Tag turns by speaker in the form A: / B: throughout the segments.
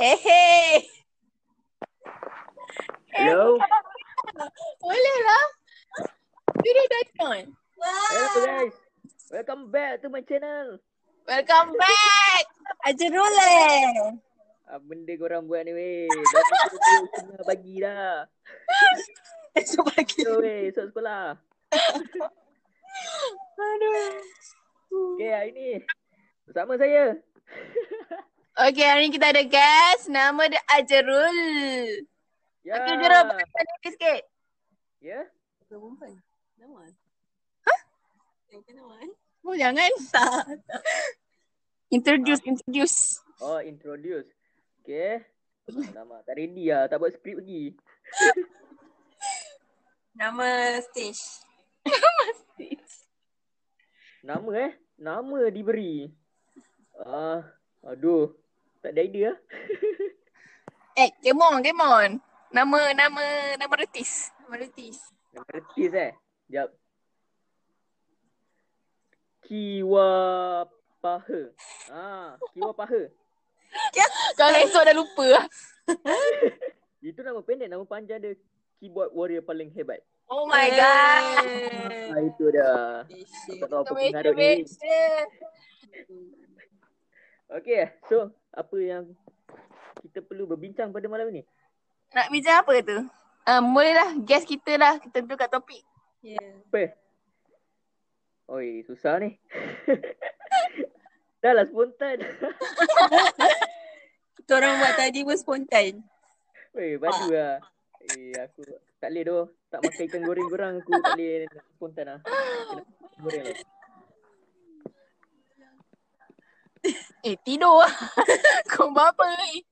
A: Hey.
B: Hello.
A: Boleh lah. Duduk dah join.
B: Hello guys. Welcome back to my channel.
A: Welcome back. Ajarullah.
B: Apa Ah, benda korang buat ni weh? Dah pukul dua setengah pagi dah.
A: Esok pagi.
B: Yo weh, esok sekolah.
A: Aduh.
B: Okay, hari ni bersama saya.
A: Okay, hari ni kita ada guest. Nama dia Ajarul.
B: Ya.
A: Aku Ajarul, pakai ni sikit.
B: Ya.
C: Perempuan. Kenawan. Hah? Yang kenawan.
A: Oh, jangan. introduce, introduce.
B: Oh, introduce. Okay. Lama tak ready lah, tak buat skrip lagi.
C: Nama stage.
B: Nama eh? Nama diberi. Ah, aduh. Tak ada idea lah.
A: Eh, come on, come on. Nama, nama, nama artis.
C: Nama retis.
B: Nama artis eh. Sekejap. Kiwa Paha. Ah, Kiwa Paha.
A: Kalau esok dah lupa lah.
B: Itu nama pendek, nama panjang dia keyboard warrior paling hebat.
A: Oh my god.
B: Ah, itu dah. Tak tahu apa pengaruh ni.
A: Congratulations.
B: Okey, so apa yang kita perlu berbincang pada malam ni?
A: Nak bincang apa tu? Um, boleh lah, guess kita lah. Kita duduk kat topik.
C: Yeah.
B: Apa? Oi, susah ni. Dah lah spontan.
C: Kita orang buat tadi pun spontan.
B: Weh, baju lah. Eh, aku tak boleh doh. Tak makan ikan goreng korang aku tak boleh nak spontan lah. Kena ikan goreng lah.
A: Eh, tidur lah. Kau berapa ni?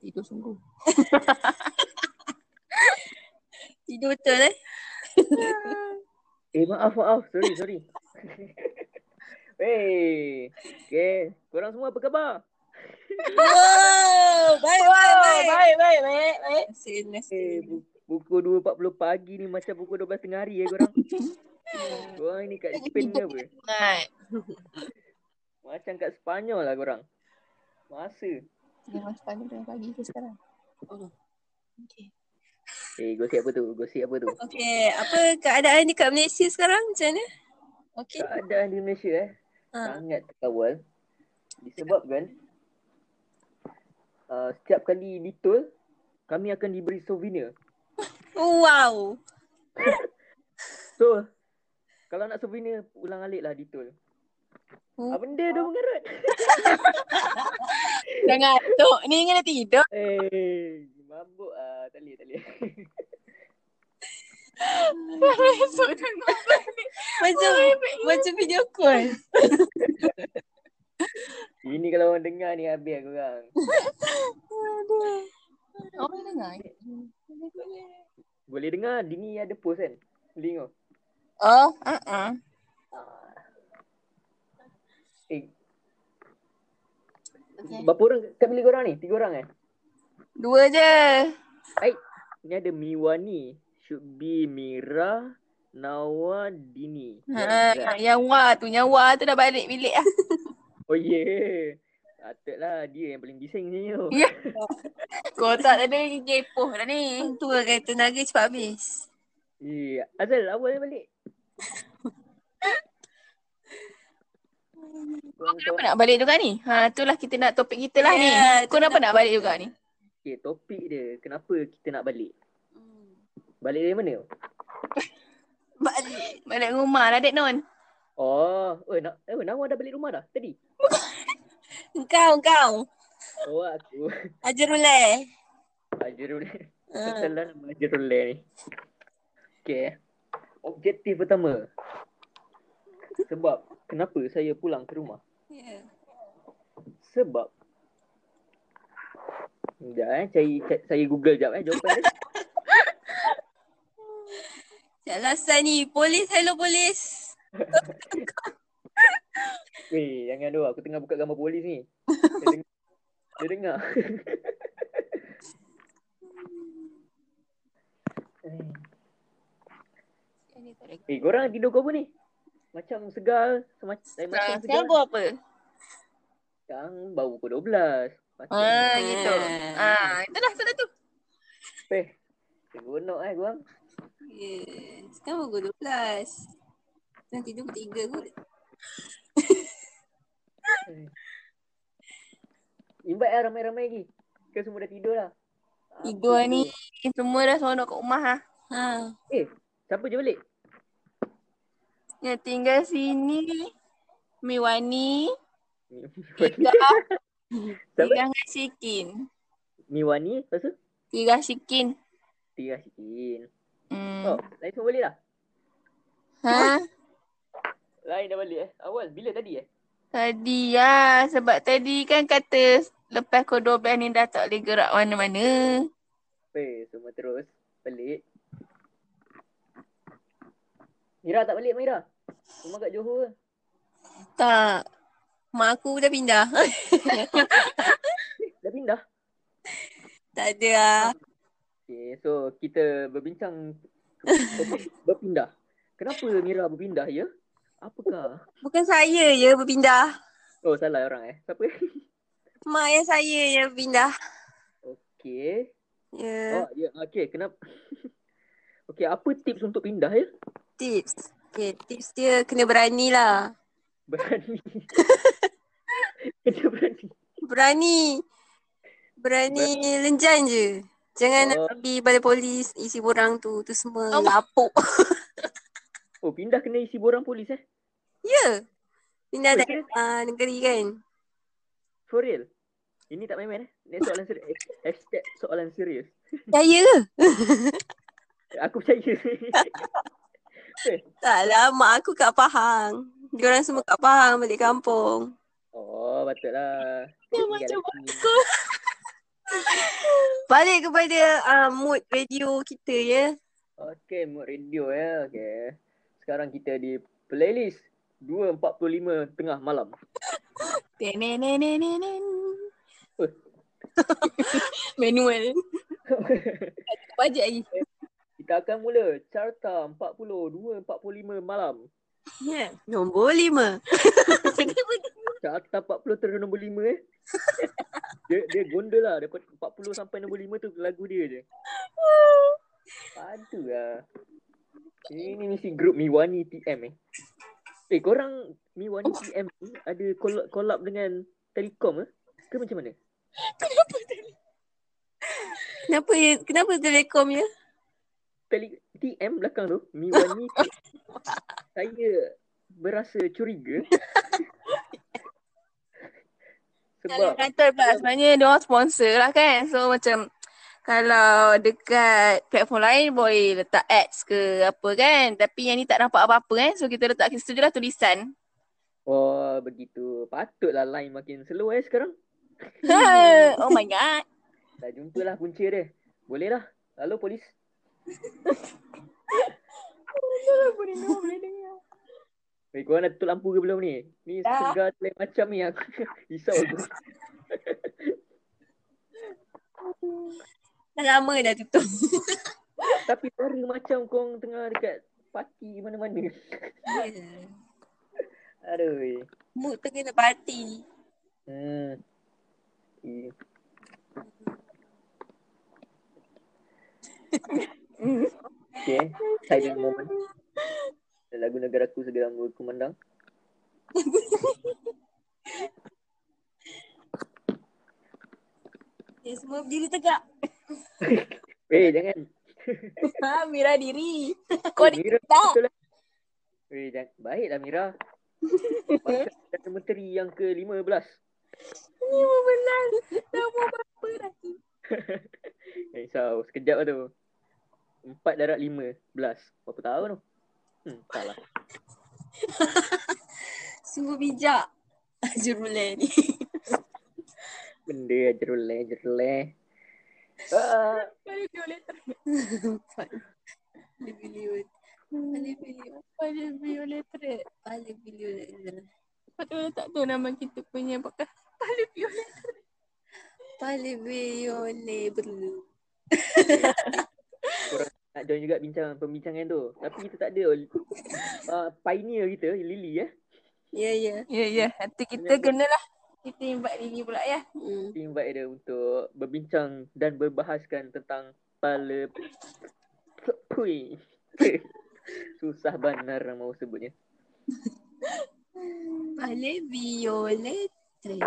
C: Tidur sungguh.
A: Tidur betul eh?
B: Eh, maaf, maaf. Sorry, sorry. Weh. Okay. Korang semua apa khabar?
C: Oh, baik, baik, baik.
A: Ah, baik, baik, baik, baik.
C: Nasir,
B: Eh,
C: nasir.
B: bu- pukul 2.40 pagi ni macam pukul 12 tengah hari eh korang. korang ni kat Spain ke apa?
A: Right.
B: Macam kat Sepanyol lah korang. Masa.
A: Dia masuk pagi dah pagi ke sekarang?
C: Oh.
A: Okay.
B: Eh, gosip apa tu? Gosip apa tu?
C: Okay, apa keadaan dekat Malaysia sekarang macam mana? Okay.
B: Keadaan di Malaysia eh.
C: Ha.
B: sangat terkawal disebabkan uh, setiap kali betul kami akan diberi souvenir.
C: Oh, Wow.
B: So kalau nak souvenir ulang alik lah betul.
C: Hmm.
B: Hmm. Apa benda dia mengarut?
A: Jangan tu. Ni kena tidur.
B: Eh, mabuk ah tak boleh tak boleh.
A: Esok dah nak
C: Macam macam video call.
B: Ini kalau orang dengar ni habis aku orang.
A: Orang dengar.
B: Boleh dengar Dini ada post kan? Link tu.
A: Oh, uh-uh.
B: Eh,
C: Okay.
B: berapa orang kat bilik korang ni? Tiga orang eh?
A: Dua je.
B: Hai, ni ada Miwani. Should be Mira, Nawa, Dini.
A: Ha, yang wah tu, yang wah tu dah balik bilik lah.
B: Oh yeah. Patutlah dia yang paling bising ni tu.
A: Ya. Kau tak ada kepoh dah ni.
C: Orang tua kata naga cepat habis.
B: Eh, Azal awal balik.
A: Kau kenapa nak balik juga ni? Ha, itulah kita nak topik kita lah
C: Yeah,
A: ni. Kau kenapa nak balik juga ni?
B: Okay, Eh, topik dia. Kenapa kita nak balik?
C: Hmm.
B: Balik dari mana?
C: Balik.
A: Balik rumah lah dek non.
B: Oh, eh, nak, eh, Nawa dah balik rumah dah tadi?
C: Engkau, engkau. eh?
B: Oh, aku.
C: Ajarulai.
B: Ajarul.
C: Ah.
B: Betul lah nama Ajarul ni. Okay. Objektif pertama. Sebab kenapa saya pulang ke rumah?
A: Ya.
C: Yeah.
B: Sebab Sekejap eh, cari, cari, saya google sekejap eh jawapan dia.
C: Cak Lasan ni. Polis, hello polis.
B: Weh, jangan doa. Aku tengah buka gambar polis ni. Dia dengar. Dia dengar. eh, korang tidur kau apa ni? Macam segar. Semacam,
A: Ha,
B: macam segar.
A: sekarang buat apa?
B: Sekarang baru pukul 12. Macam
A: Ah, gitu.
C: Ah.
A: Ah, itulah itulah tu.
B: peh. Seronok eh korang.
C: Yeah. Sekarang pukul 12. Nanti tidur pukul 3 kot.
B: Invite lah ramai-ramai lagi. Kan semua dah tidur lah. Apa
A: Tidur ni semua dah seronok kat rumah ah.
C: Ha.
B: Eh, siapa je balik?
A: Ya tinggal sini Miwani, Tiga,
B: Siapa?
A: Tiga dengan Sikin.
B: Miwani, lepas tu?
A: Tiga Sikin.
B: Tiga Syikin.
A: Hmm.
B: Oh, lain semua balik lah.
A: Ha?
B: Lain dah balik eh. Awal, bila tadi eh?
A: Tadi ya, sebab tadi kan kata lepas kau 12 ni dah tak boleh gerak mana-mana.
B: Peh, semua terus. Balik. Mira tak balik Mira? Rumah kat Johor ke?
C: Tak. Mak aku dah pindah. Ha?
B: Eh, dah pindah.
C: tak ada lah.
B: Okay, so kita berbincang berpindah. Kenapa Mira berpindah ya? Apakah?
C: Bukan saya je berpindah.
B: Oh, salah orang eh. Siapa?
C: Mak ayah saya yang berpindah.
B: Okay.
C: Ya. Yeah.
B: Oh, ya. Okay, kenapa? okay, apa tips untuk pindah ya?
C: Tips. Okay, tips dia kena berani lah.
B: Berani. Kena berani.
C: Berani. Berani lenjan je. Jangan
B: Oh.
C: nak pergi balai polis isi borang tu. Tu semua
A: Oh.
C: lapuk.
B: Oh, pindah kena isi borang polis eh?
C: ya. Yeah. Pindah
B: Oh,
C: dari uh, negeri kan.
B: For real? Ini tak main-main eh? Ni soalan serius. Hashtag soalan serius.
C: Percaya ke?
B: Aku percaya.
C: Tak lah. Mak aku kat Pahang. Diorang semua kat Pahang balik kampung.
B: oh, betul lah.
A: Dia macam
B: aku.
C: Balik kepada uh, mood radio kita ya.
B: Okay, mood radio ya. Okay. Sekarang kita di playlist 2.45 tengah malam.
A: Tenenenenenen.
B: Eh.
A: Manual. Tak Pajak lagi.
B: Kita akan mula carta 40, 2.45 malam.
C: Yeah. Nombor lima.
B: Carta 40 terus nombor 5 eh. dia, dia gondol lah. Dapat 40 sampai nombor 5 tu lagu dia je. Padu lah. Ini mesti grup Miwani TM eh. Eh korang Miwani TM ni ada collab, collab dengan Telekom ke? Ke macam mana?
C: Kenapa ya? Kenapa telekom ya?
B: Tele, TM belakang tu Miwani TM. Saya berasa curiga.
A: Kalau
B: Sebab
A: kata pula sebenarnya dia orang sponsor lah kan. So macam kalau dekat platform lain boleh letak ads ke apa kan. Tapi yang ni tak nampak apa-apa kan. So kita letak kat situ je lah tulisan.
B: Oh begitu. Patutlah line makin slow eh sekarang.
A: Ha, oh my god.
B: Dah jumpa lah punca dia. Boleh lah. Halo polis. Weh, Eh, korang dah tutup lampu ke belum ni? Ni
A: Dah.
B: segar lain macam ni aku risau aku.
C: Dah lama dah tutup.
B: Tapi suara macam korang tengah dekat parti mana-mana.
C: Yeah.
B: Aduh. weh.
C: Mood terkena parti.
B: Hmm. Eh,
A: Hmm.
B: Okay. Silent moment. Lagu negaraku segera berkumandang.
C: Ya, semua berdiri tegak.
B: Weh Eh, jangan.
C: Ha, Mira diri.
A: Kau
B: Eh, Mira
A: tak?
B: betul lah. Weh jangan. Baiklah Mira. Pakar Perdana Menteri yang ke-15.
C: Ini mau benar. Dah mau berapa dah.
B: Eh, risau. Sekejap lah tu. Empat darab lima belas. Berapa tahun tu? Hmm, tak lah.
C: Sungguh bijak. Jurulai ni.
B: Benda lah, jerulai, jerulai. Ah,
C: Bilion. Balik bilion.
A: Pada bio literate.
C: Balik bilion.
A: Patut letak tu nama kita punya podcast. Pada bio
C: Balik bilion. Balik
B: nak join juga bincang pembincangan tu. Tapi kita tak ada uh, pioneer kita, Lily eh.
C: Ya, ya.
A: Ya, ya. Nanti kita kenalah Kita invite Lily pula ya.
C: Hmm.
B: Kita invite dia untuk berbincang dan berbahaskan tentang pala pui. Susah benar mau sebutnya.
C: Pale violet red.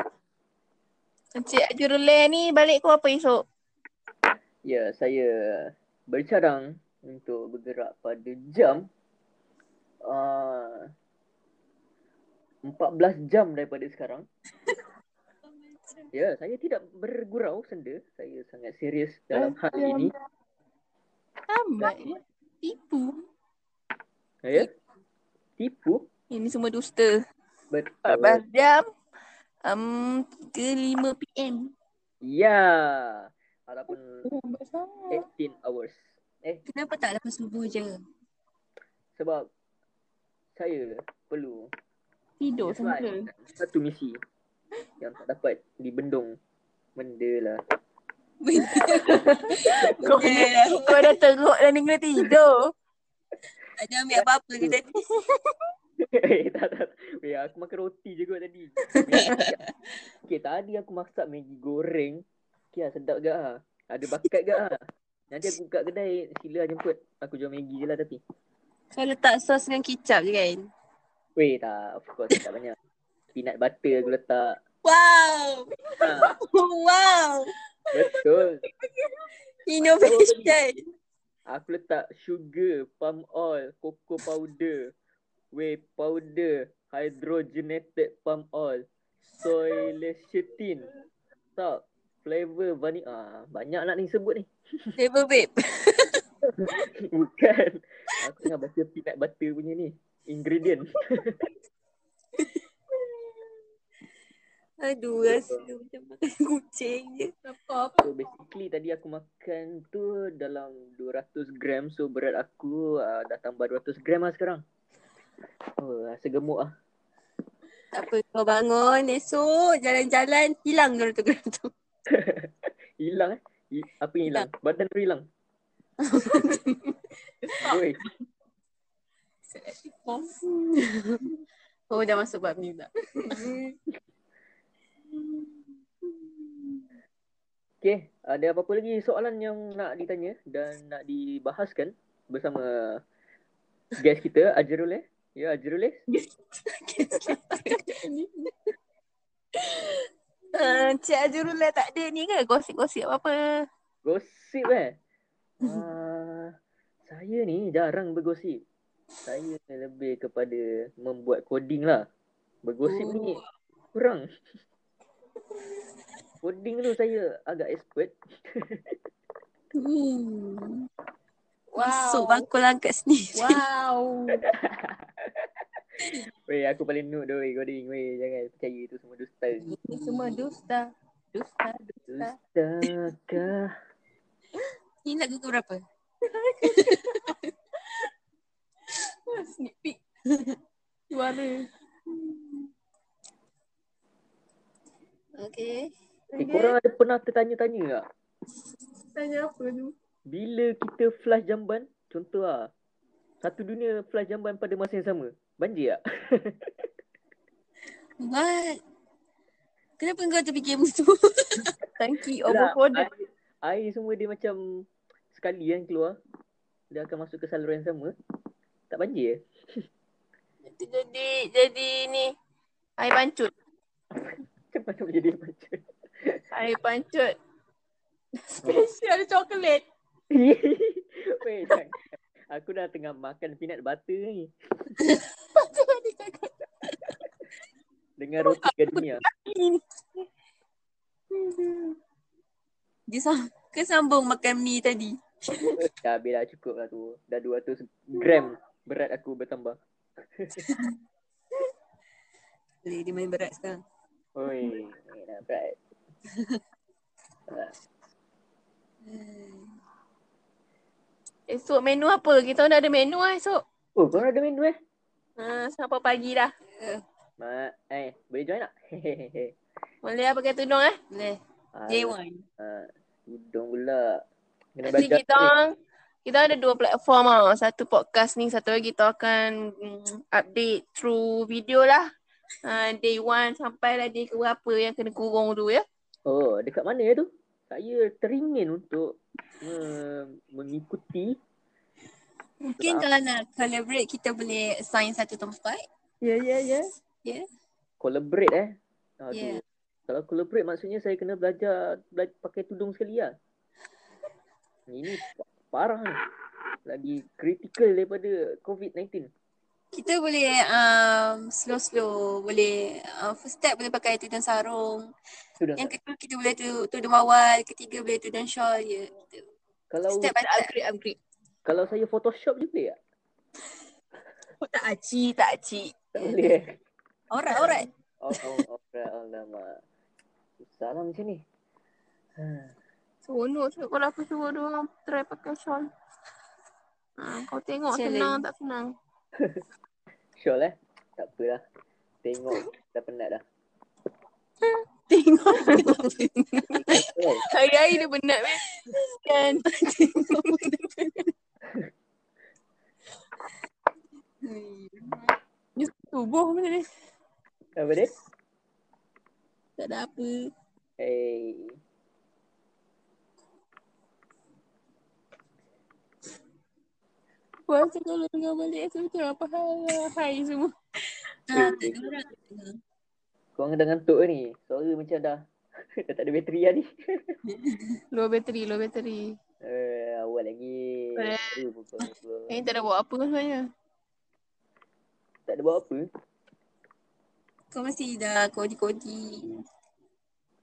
A: Encik Ajurulai ni balik ke apa esok?
B: Ya, saya bercadang untuk bergerak pada jam uh, 14 jam daripada sekarang. Ya, saya tidak bergurau senda. Saya sangat serius dalam hal ini.
A: Amat. ya. Tipu.
B: Ya. Tipu.
A: Ini semua dusta.
B: Betul.
A: 14 jam. Um, ke 5 PM.
B: Ya. Ataupun
A: Eh,
B: 18 hours. Eh,
C: Kenapa tak lepas subuh je?
B: sebab saya perlu
A: Tidur
B: That's
A: semula.
B: why Satu misi yang tak dapat dibendung benda lah.
A: Kau,
C: Yeah.
A: kau dah teruk dan kena tidur.
C: Ada ambil apa-apa ke tadi?
B: eh, tak, tak. Weh, aku makan roti je kot tadi. okay, tadi aku masak Maggi goreng. Okay, lah, sedap gak ah. Ada bakat gak ah. Nanti aku kat kedai, sila jemput. Aku jual Maggi je lah tapi.
C: Kau letak sos dengan kicap je kan?
B: Weh, tak. Of course, tak banyak. Peanut butter aku letak.
C: Wow!
B: Ha,
C: Wow!
B: betul.
C: Innovation!
B: Aku letak sugar, palm oil, cocoa powder, whey powder, hydrogenated palm oil, soy lecithin, salt, flavor vanilla. Ah, banyak nak ni sebut ni.
C: Never babe.
B: Bukan. Aku tengah baca peanut butter punya ni. Ingredient.
C: Aduh, rasa macam makan kucing je. Apa-apa.
B: So basically tadi aku makan tu dalam 200 gram. So berat aku uh, dah tambah 200 gram lah sekarang. Oh, rasa gemuk ah.
C: Tak apa, kau bangun esok jalan-jalan hilang 200 gram tu.
B: Hilang eh? Hi- Apa yang hilang? Badan tu hilang. Oi,
C: Oh, dah masuk bab ni tak?
B: okay. Ada apa-apa lagi soalan yang nak ditanya dan nak dibahaskan bersama guest kita Ajrul eh? Ya Ajrul eh?
A: Uh, Encik Ajurulai tak ada ni ke gosip-gosip apa-apa?
B: Gosip eh? Ah, saya ni jarang bergosip. Saya lebih kepada membuat coding lah. Bergosip ni kurang. Coding tu saya agak expert.
C: Hmm.
A: Wow.
C: Masuk bakul angkat sendiri.
A: Wow.
B: Weh aku paling noob dah weh coding weh jangan percaya itu semua dusta.
A: Ini semua dusta. Dusta.
B: Dustakah
C: Ni lagu ke berapa?
A: Sneak peek. Suara.
C: Okay.
B: Eh korang ada pernah tertanya-tanya tak?
A: Tanya apa tu?
B: Bila kita flash jamban Contoh lah Satu dunia flash jamban pada masa yang sama Banjir tak?
C: What? Kenapa kau terfikir macam tu?
A: Tangki
B: Yelah,
A: overloaded.
B: Lah, air, air semua dia macam Sekali kan keluar Dia akan masuk ke saluran yang sama Tak banjir eh?
A: Itu jadi jadi ni air pancut.
B: Macam mana boleh dia macam
A: Air pancut. Special coklat.
B: Weh jangan. Aku dah tengah makan peanut butter ni Dengan roti gardenia
C: Dia sam- ke sambung makan mie tadi.
B: Dah habis dah cukup lah tu. Dah 200 gram berat aku bertambah.
C: Boleh Eh, dia main berat sekarang.
B: Oi, ni Eh, dah berat.
C: Hmm.
A: Esok menu apa? Kita dah ada menu lah esok.
B: Oh, korang ada menu eh?
A: Ha, sampai pagi dah.
B: Mak, eh, boleh join tak? Hehehe.
A: Boleh lah pakai tudung eh.
C: Boleh.
B: Ah,
C: J1.
B: ah, Udang pula. Kena
A: Nanti
B: belajar.
A: kita orang kita ada dua platform tau. Satu podcast ni, satu lagi kita akan mm, update through video lah. uh, day 1 sampai lah day ke berapa yang kena kurung tu ya.
B: Oh, dekat mana ya tu? Saya teringin untuk uh, mengikuti.
C: Mungkin kalau nak collaborate kita boleh assign satu tempat.
B: Ya, ya, ya.
C: Ya.
B: Collaborate eh. Aduh.
C: Ya.
B: Kalau collaborate maksudnya saya kena belajar, belajar pakai tudung sekali lah. Ini pa- parah ni. Lagi kritikal daripada COVID-19.
C: Kita boleh um, slow-slow, boleh uh, first step boleh pakai tudung sarung.
B: Tudung.
C: Yang kedua kita boleh tu, tudung bawal, ketiga boleh tudung shawl je. Gitu.
B: Kalau
C: Step by step.
A: Upgrade upgrade.
B: kalau saya Photoshop je boleh tak?
A: Tak aci, tak aci.
B: Tak
C: Ya.
B: boleh eh.
C: Alright, alright.
B: Oh, oh, oh, alamak. Susah lah macam ni. Hmm.
A: Seronok sebab kalau aku suruh dia orang try pakai shawl. Ha, kau tengok
C: Challenge.
A: senang tak senang.
B: Syol eh? Tak apalah. Tengok dah penat dah.
A: Tengok.
B: Oh,
A: Hari-hari dia penat meh. Kan.
C: Hmm.
A: Ni subuh benda ni.
B: apa dia?
C: Tak ada apa.
B: Hey.
A: Puasa kalau tengah balik aku macam apa hal lah. Hai semua.
C: Ah, tak ada orang. Ah.
B: Korang dah ngantuk ke ni? Suara macam dah dah tak ada bateri lah ni.
A: Low bateri, low bateri.
B: Eh, awal lagi.
A: Eh.
B: Baru pukul 10.
A: Ni tak ada buat apa kan sebenarnya.
B: Tak ada buat apa.
C: Kau masih dah kodi-kodi.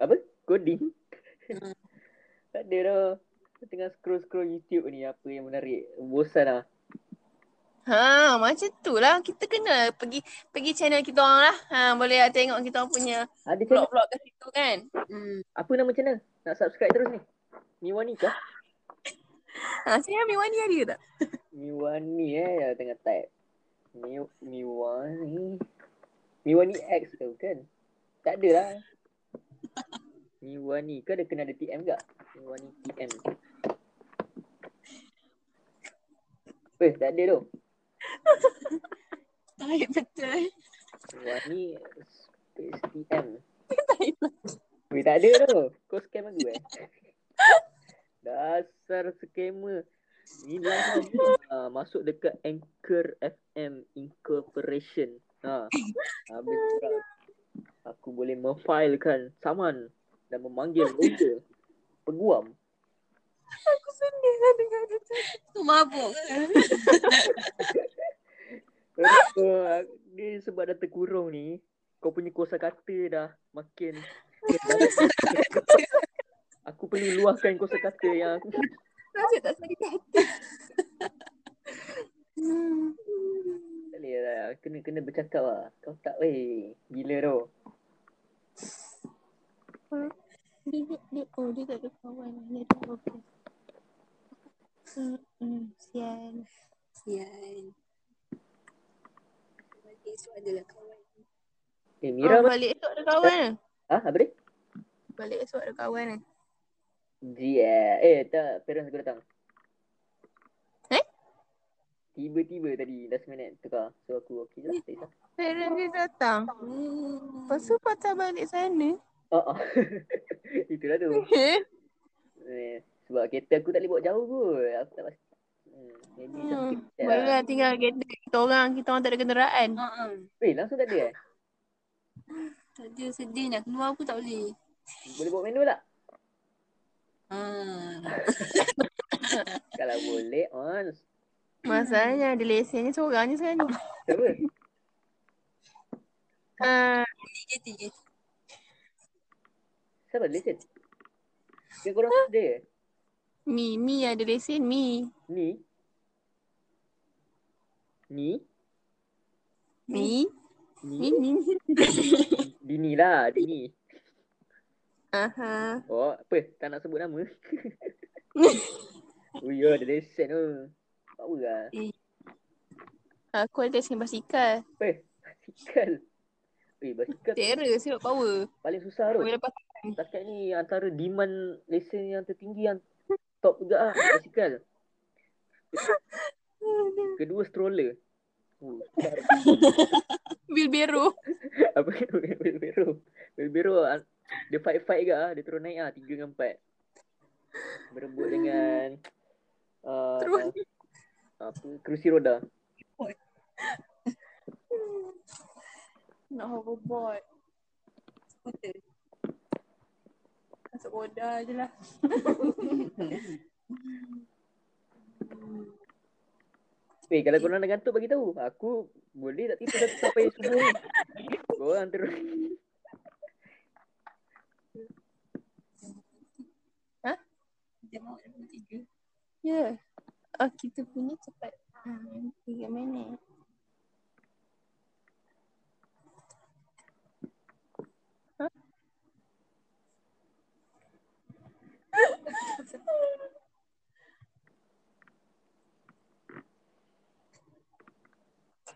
B: Apa? Coding?
C: Hmm.
B: tak ada dah. Aku Tengah scroll-scroll YouTube ni apa yang menarik. Bosan lah.
A: Ha, macam tu lah. Kita kena pergi pergi channel kita orang lah. Ha, boleh lah tengok kita orang punya
B: Ada channel?
A: vlog-vlog kat situ kan.
C: Hmm.
B: Apa nama channel? Nak subscribe terus ni. Miwani kah?
A: Ha, saya ambil Wani ada ke tak?
B: Miwani eh yang tengah type. Mi, Miwani. Miwani X ke bukan? Tak ada lah. Miwani ke ada kena ada TM tak? Miwani TM. Weh, tak ada tu.
C: Tarik betul.
B: Miwani space TM. Weh, tak ada tu. Kau scam aku eh. Dasar scammer. Ni lah uh, masuk dekat Anchor FM Incorporation. Ha. Habis kurang. Aku boleh memfailkan saman dan memanggil mereka peguam.
A: Aku sedih lah dengar dia tu.
C: Kau mabuk ke?
B: Kenapa? Dia sebab dah terkurung ni, kau punya kosakata dah makin Aku perlu luahkan kosakata yang aku
A: Nasib tak sakit hati. hmm.
B: tak boleh lah. Kena kena bercakap lah. Kau tak weh. Gila tu.
A: Dia, dia, dia, oh dia tak ada kawan. Dia ada kawan. Hmm, hmm, sian. Ya.
C: Sian. Bagi esok adalah kawan.
B: Eh Mira
A: Oh,
B: oh,
A: balik esok ada kawan. eh?
B: ha apa dia?
A: Balik esok ada kawan. eh?
B: Yeah. Eh tak parents aku datang.
A: Eh?
B: Tiba-tiba tadi last minute tukar. So aku okey je lah. Tak kisah.
A: Parent dia datang.
C: Hmm.
A: Lepas tu patah balik sana.
B: Oh, oh. Itulah tu.
A: Eh,
B: Eh, sebab kereta aku tak boleh bawa jauh kot. Aku tak pasti. Hmm, maybe
A: Hmm,
B: something like that
A: Baiklah tinggal kereta kita orang, kita orang tak ada kenderaan.
C: Ah, ah.
B: lah. Eh, langsung tak ada eh?
C: Tak ada sedih nak keluar pun tak boleh.
B: Boleh bawa manual tak?
C: Ah.
B: Kalau boleh, on.
A: Masalahnya ada lesennya seorang je sekarang ni.
B: Siapa?
A: Ah,
C: Tiga tiga.
B: Siapa lesen? Dia korang ada eh?
A: mi, mi ada lesen, mi.
B: Ni? Ni?
A: Mi, mi, mi.
B: Ni? Dini lah, Dini.
A: Aha.
B: Oh, apa? Tak nak sebut nama. Oh ya, dia lesen tu. Power lah.
A: Aku ada lesen basikal.
B: Apa? Basikal. Eh, basikal
A: Terror sebab power.
B: paling susah tu.
A: Boleh lepas
B: Setakat ni antara demand lesen yang tertinggi yang top juga lah basikal. Kedua stroller. Oh,
A: bil bero.
B: Apa Wilbero Wilbero ah, Dia fight-fight ke ah. Dia turun naik ah Tiga dengan empat Berebut dengan uh,
A: Terus.
B: apa, Kerusi roda
A: Nak hoverboard.
C: Betul.
A: Masuk boda je lah.
B: Weh Eh, kalau korang dah gantuk bagi tahu Aku boleh tak tipu satu sampai subuh ni Korang terus
C: Dia mau nombor tiga.
A: Ya. Yeah. Oh, kita punya cepat. Hmm, tiga minit.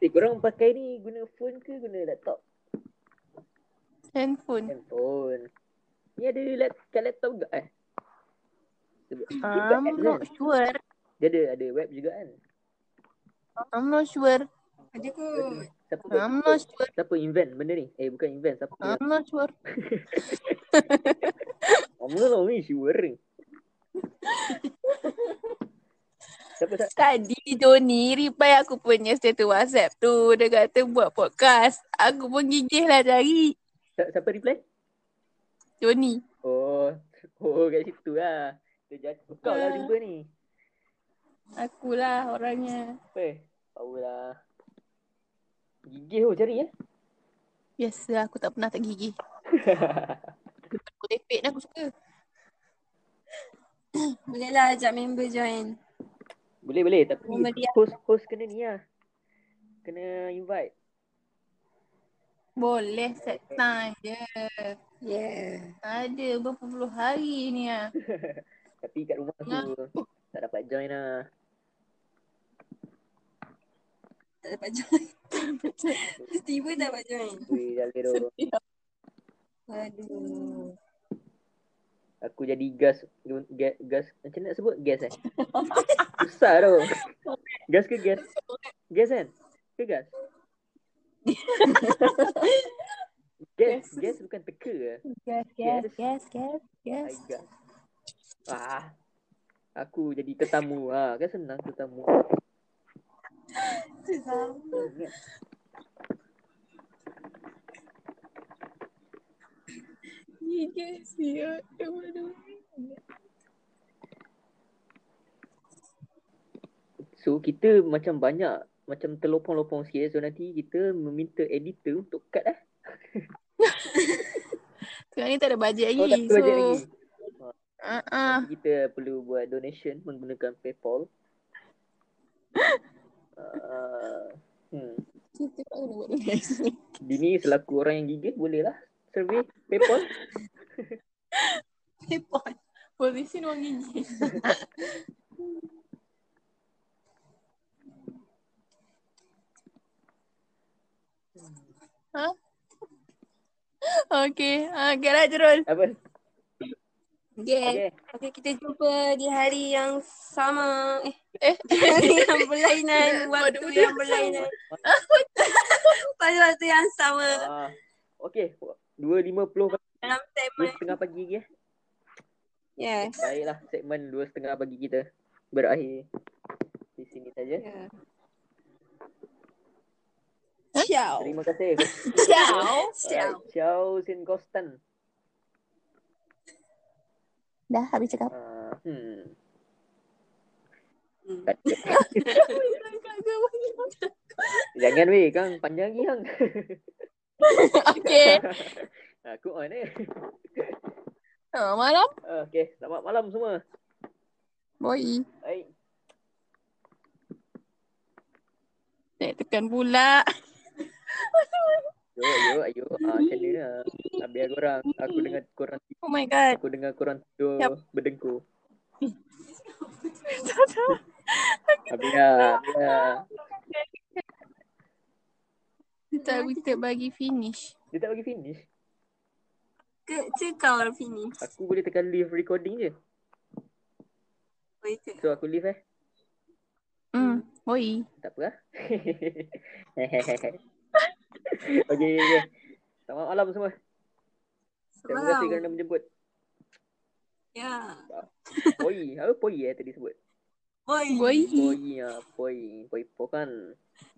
B: Eh korang pakai ni guna phone ke guna laptop?
A: Handphone.
B: Handphone Ni ada lap, kat laptop juga eh? Sebab- eh, kat
A: I'm
B: app
A: not
B: kan?
A: sure.
B: Dia ada, ada web juga kan?
A: I'm not sure.
C: Ada
B: Jadi,
C: kot.
B: Siapa,
A: I'm not sure.
B: siapa invent benda ni? Eh bukan invent, siapa yang
A: I'm not sure.
B: Amul lah ni sure. Siapa tak?
A: Tadi Joni reply aku punya status WhatsApp tu. Dia kata buat podcast. Aku pun gigih lah jari.
B: si- Siapa reply?
A: Joni.
B: Oh, oh kat situ lah. Dia jatuh. Kau lah jumpa ni.
A: Akulah orangnya.
B: Apa? Power lah. Gigih oh cari ya.
A: Biasa aku tak pernah tak gigih. Aku lepek dah aku suka.
C: Boleh lah ajak member join.
B: boleh boleh tapi
C: Nama dia.
B: host host kena ni lah. Kena invite.
A: Boleh set time je. Ya.
C: Yeah.
A: Ada berpuluh hari ni lah.
B: Tapi kat rumah aku tak dapat join lah.
C: Tak dapat join. Tiba tak dapat join.
B: Weh jalero.
C: Aduh.
B: Aku jadi gas gas, gas macam mana nak sebut gas eh? Susah tu. Gas ke gas? Gas kan? Ke gas? gas gas bukan teka ke?
A: Yes,
B: yes,
A: yes, yes,
B: I gas. Ah. Aku jadi tetamu ha. Kan senang tetamu. Kan?
A: Yes, yes.
B: So kita macam banyak macam terlopong-lopong sikit eh. so nanti kita meminta editor untuk cut eh.
A: Sekarang ni tak ada bajet lagi.
B: Oh tak ada
A: so,
B: budget lagi.
A: Uh-uh.
B: Nanti kita perlu buat donation menggunakan PayPal. uh, hmm.
A: Kita tak kena buat donation.
B: Dini selaku orang yang gigih boleh lah survey PayPal.
A: Hebat. Polisi orang gigi. ha? Okay. Ha, okay lah Jerul.
B: Apa? Okay.
C: Okay. Okay, kita jumpa di hari yang sama. Eh,
A: Eh,
C: hari yang berlainan. Waktu
A: Waduh,
C: yang berlainan. Pada waktu yang sama.
B: Ah, okay. 2.50 pagi,
C: Dalam
B: dua
C: segmen.
B: setengah pagi lagi eh.
C: Yeah.
B: Baiklah segmen dua setengah pagi kita berakhir di sini saja.
C: yeah. Ciao.
B: Terima kasih.
C: Ciao.
B: Alright,
C: Ciao.
B: Ciao Sin Kostan.
A: dah habis cakap.
B: Ah, hmm.
C: Hmm.
B: Jangan weh, kang panjang lagi kang.
A: okay.
B: Aku on eh.
A: Ha, malam.
B: Ah, Okay, selamat malam semua.
A: Boy.
B: Baik.
A: Nak tekan pula.
B: Yo, yo, ayo. Ah, macam ni lah. Ah, biar korang. Aku dengar korang
A: Oh my god.
B: aku dengar korang tidur
A: Yap.
B: berdengkur. Habis lah, habis lah.
A: Kita kita bagi finish.
B: Dia tak bagi finish.
C: Ke, tu kau orang finish.
B: Aku boleh tekan leave recording je.
C: Boleh tu.
B: So aku leave eh.
A: Hmm. Boy.
B: Tak apa lah. okay, okay, okay. Selamat malam semua. Terima kasih kerana menjemput.
C: Ya.
B: Poi. Apa poi eh tadi sebut?
C: Boy.
A: Boy.
B: Poi ah, poi. Poi pokan.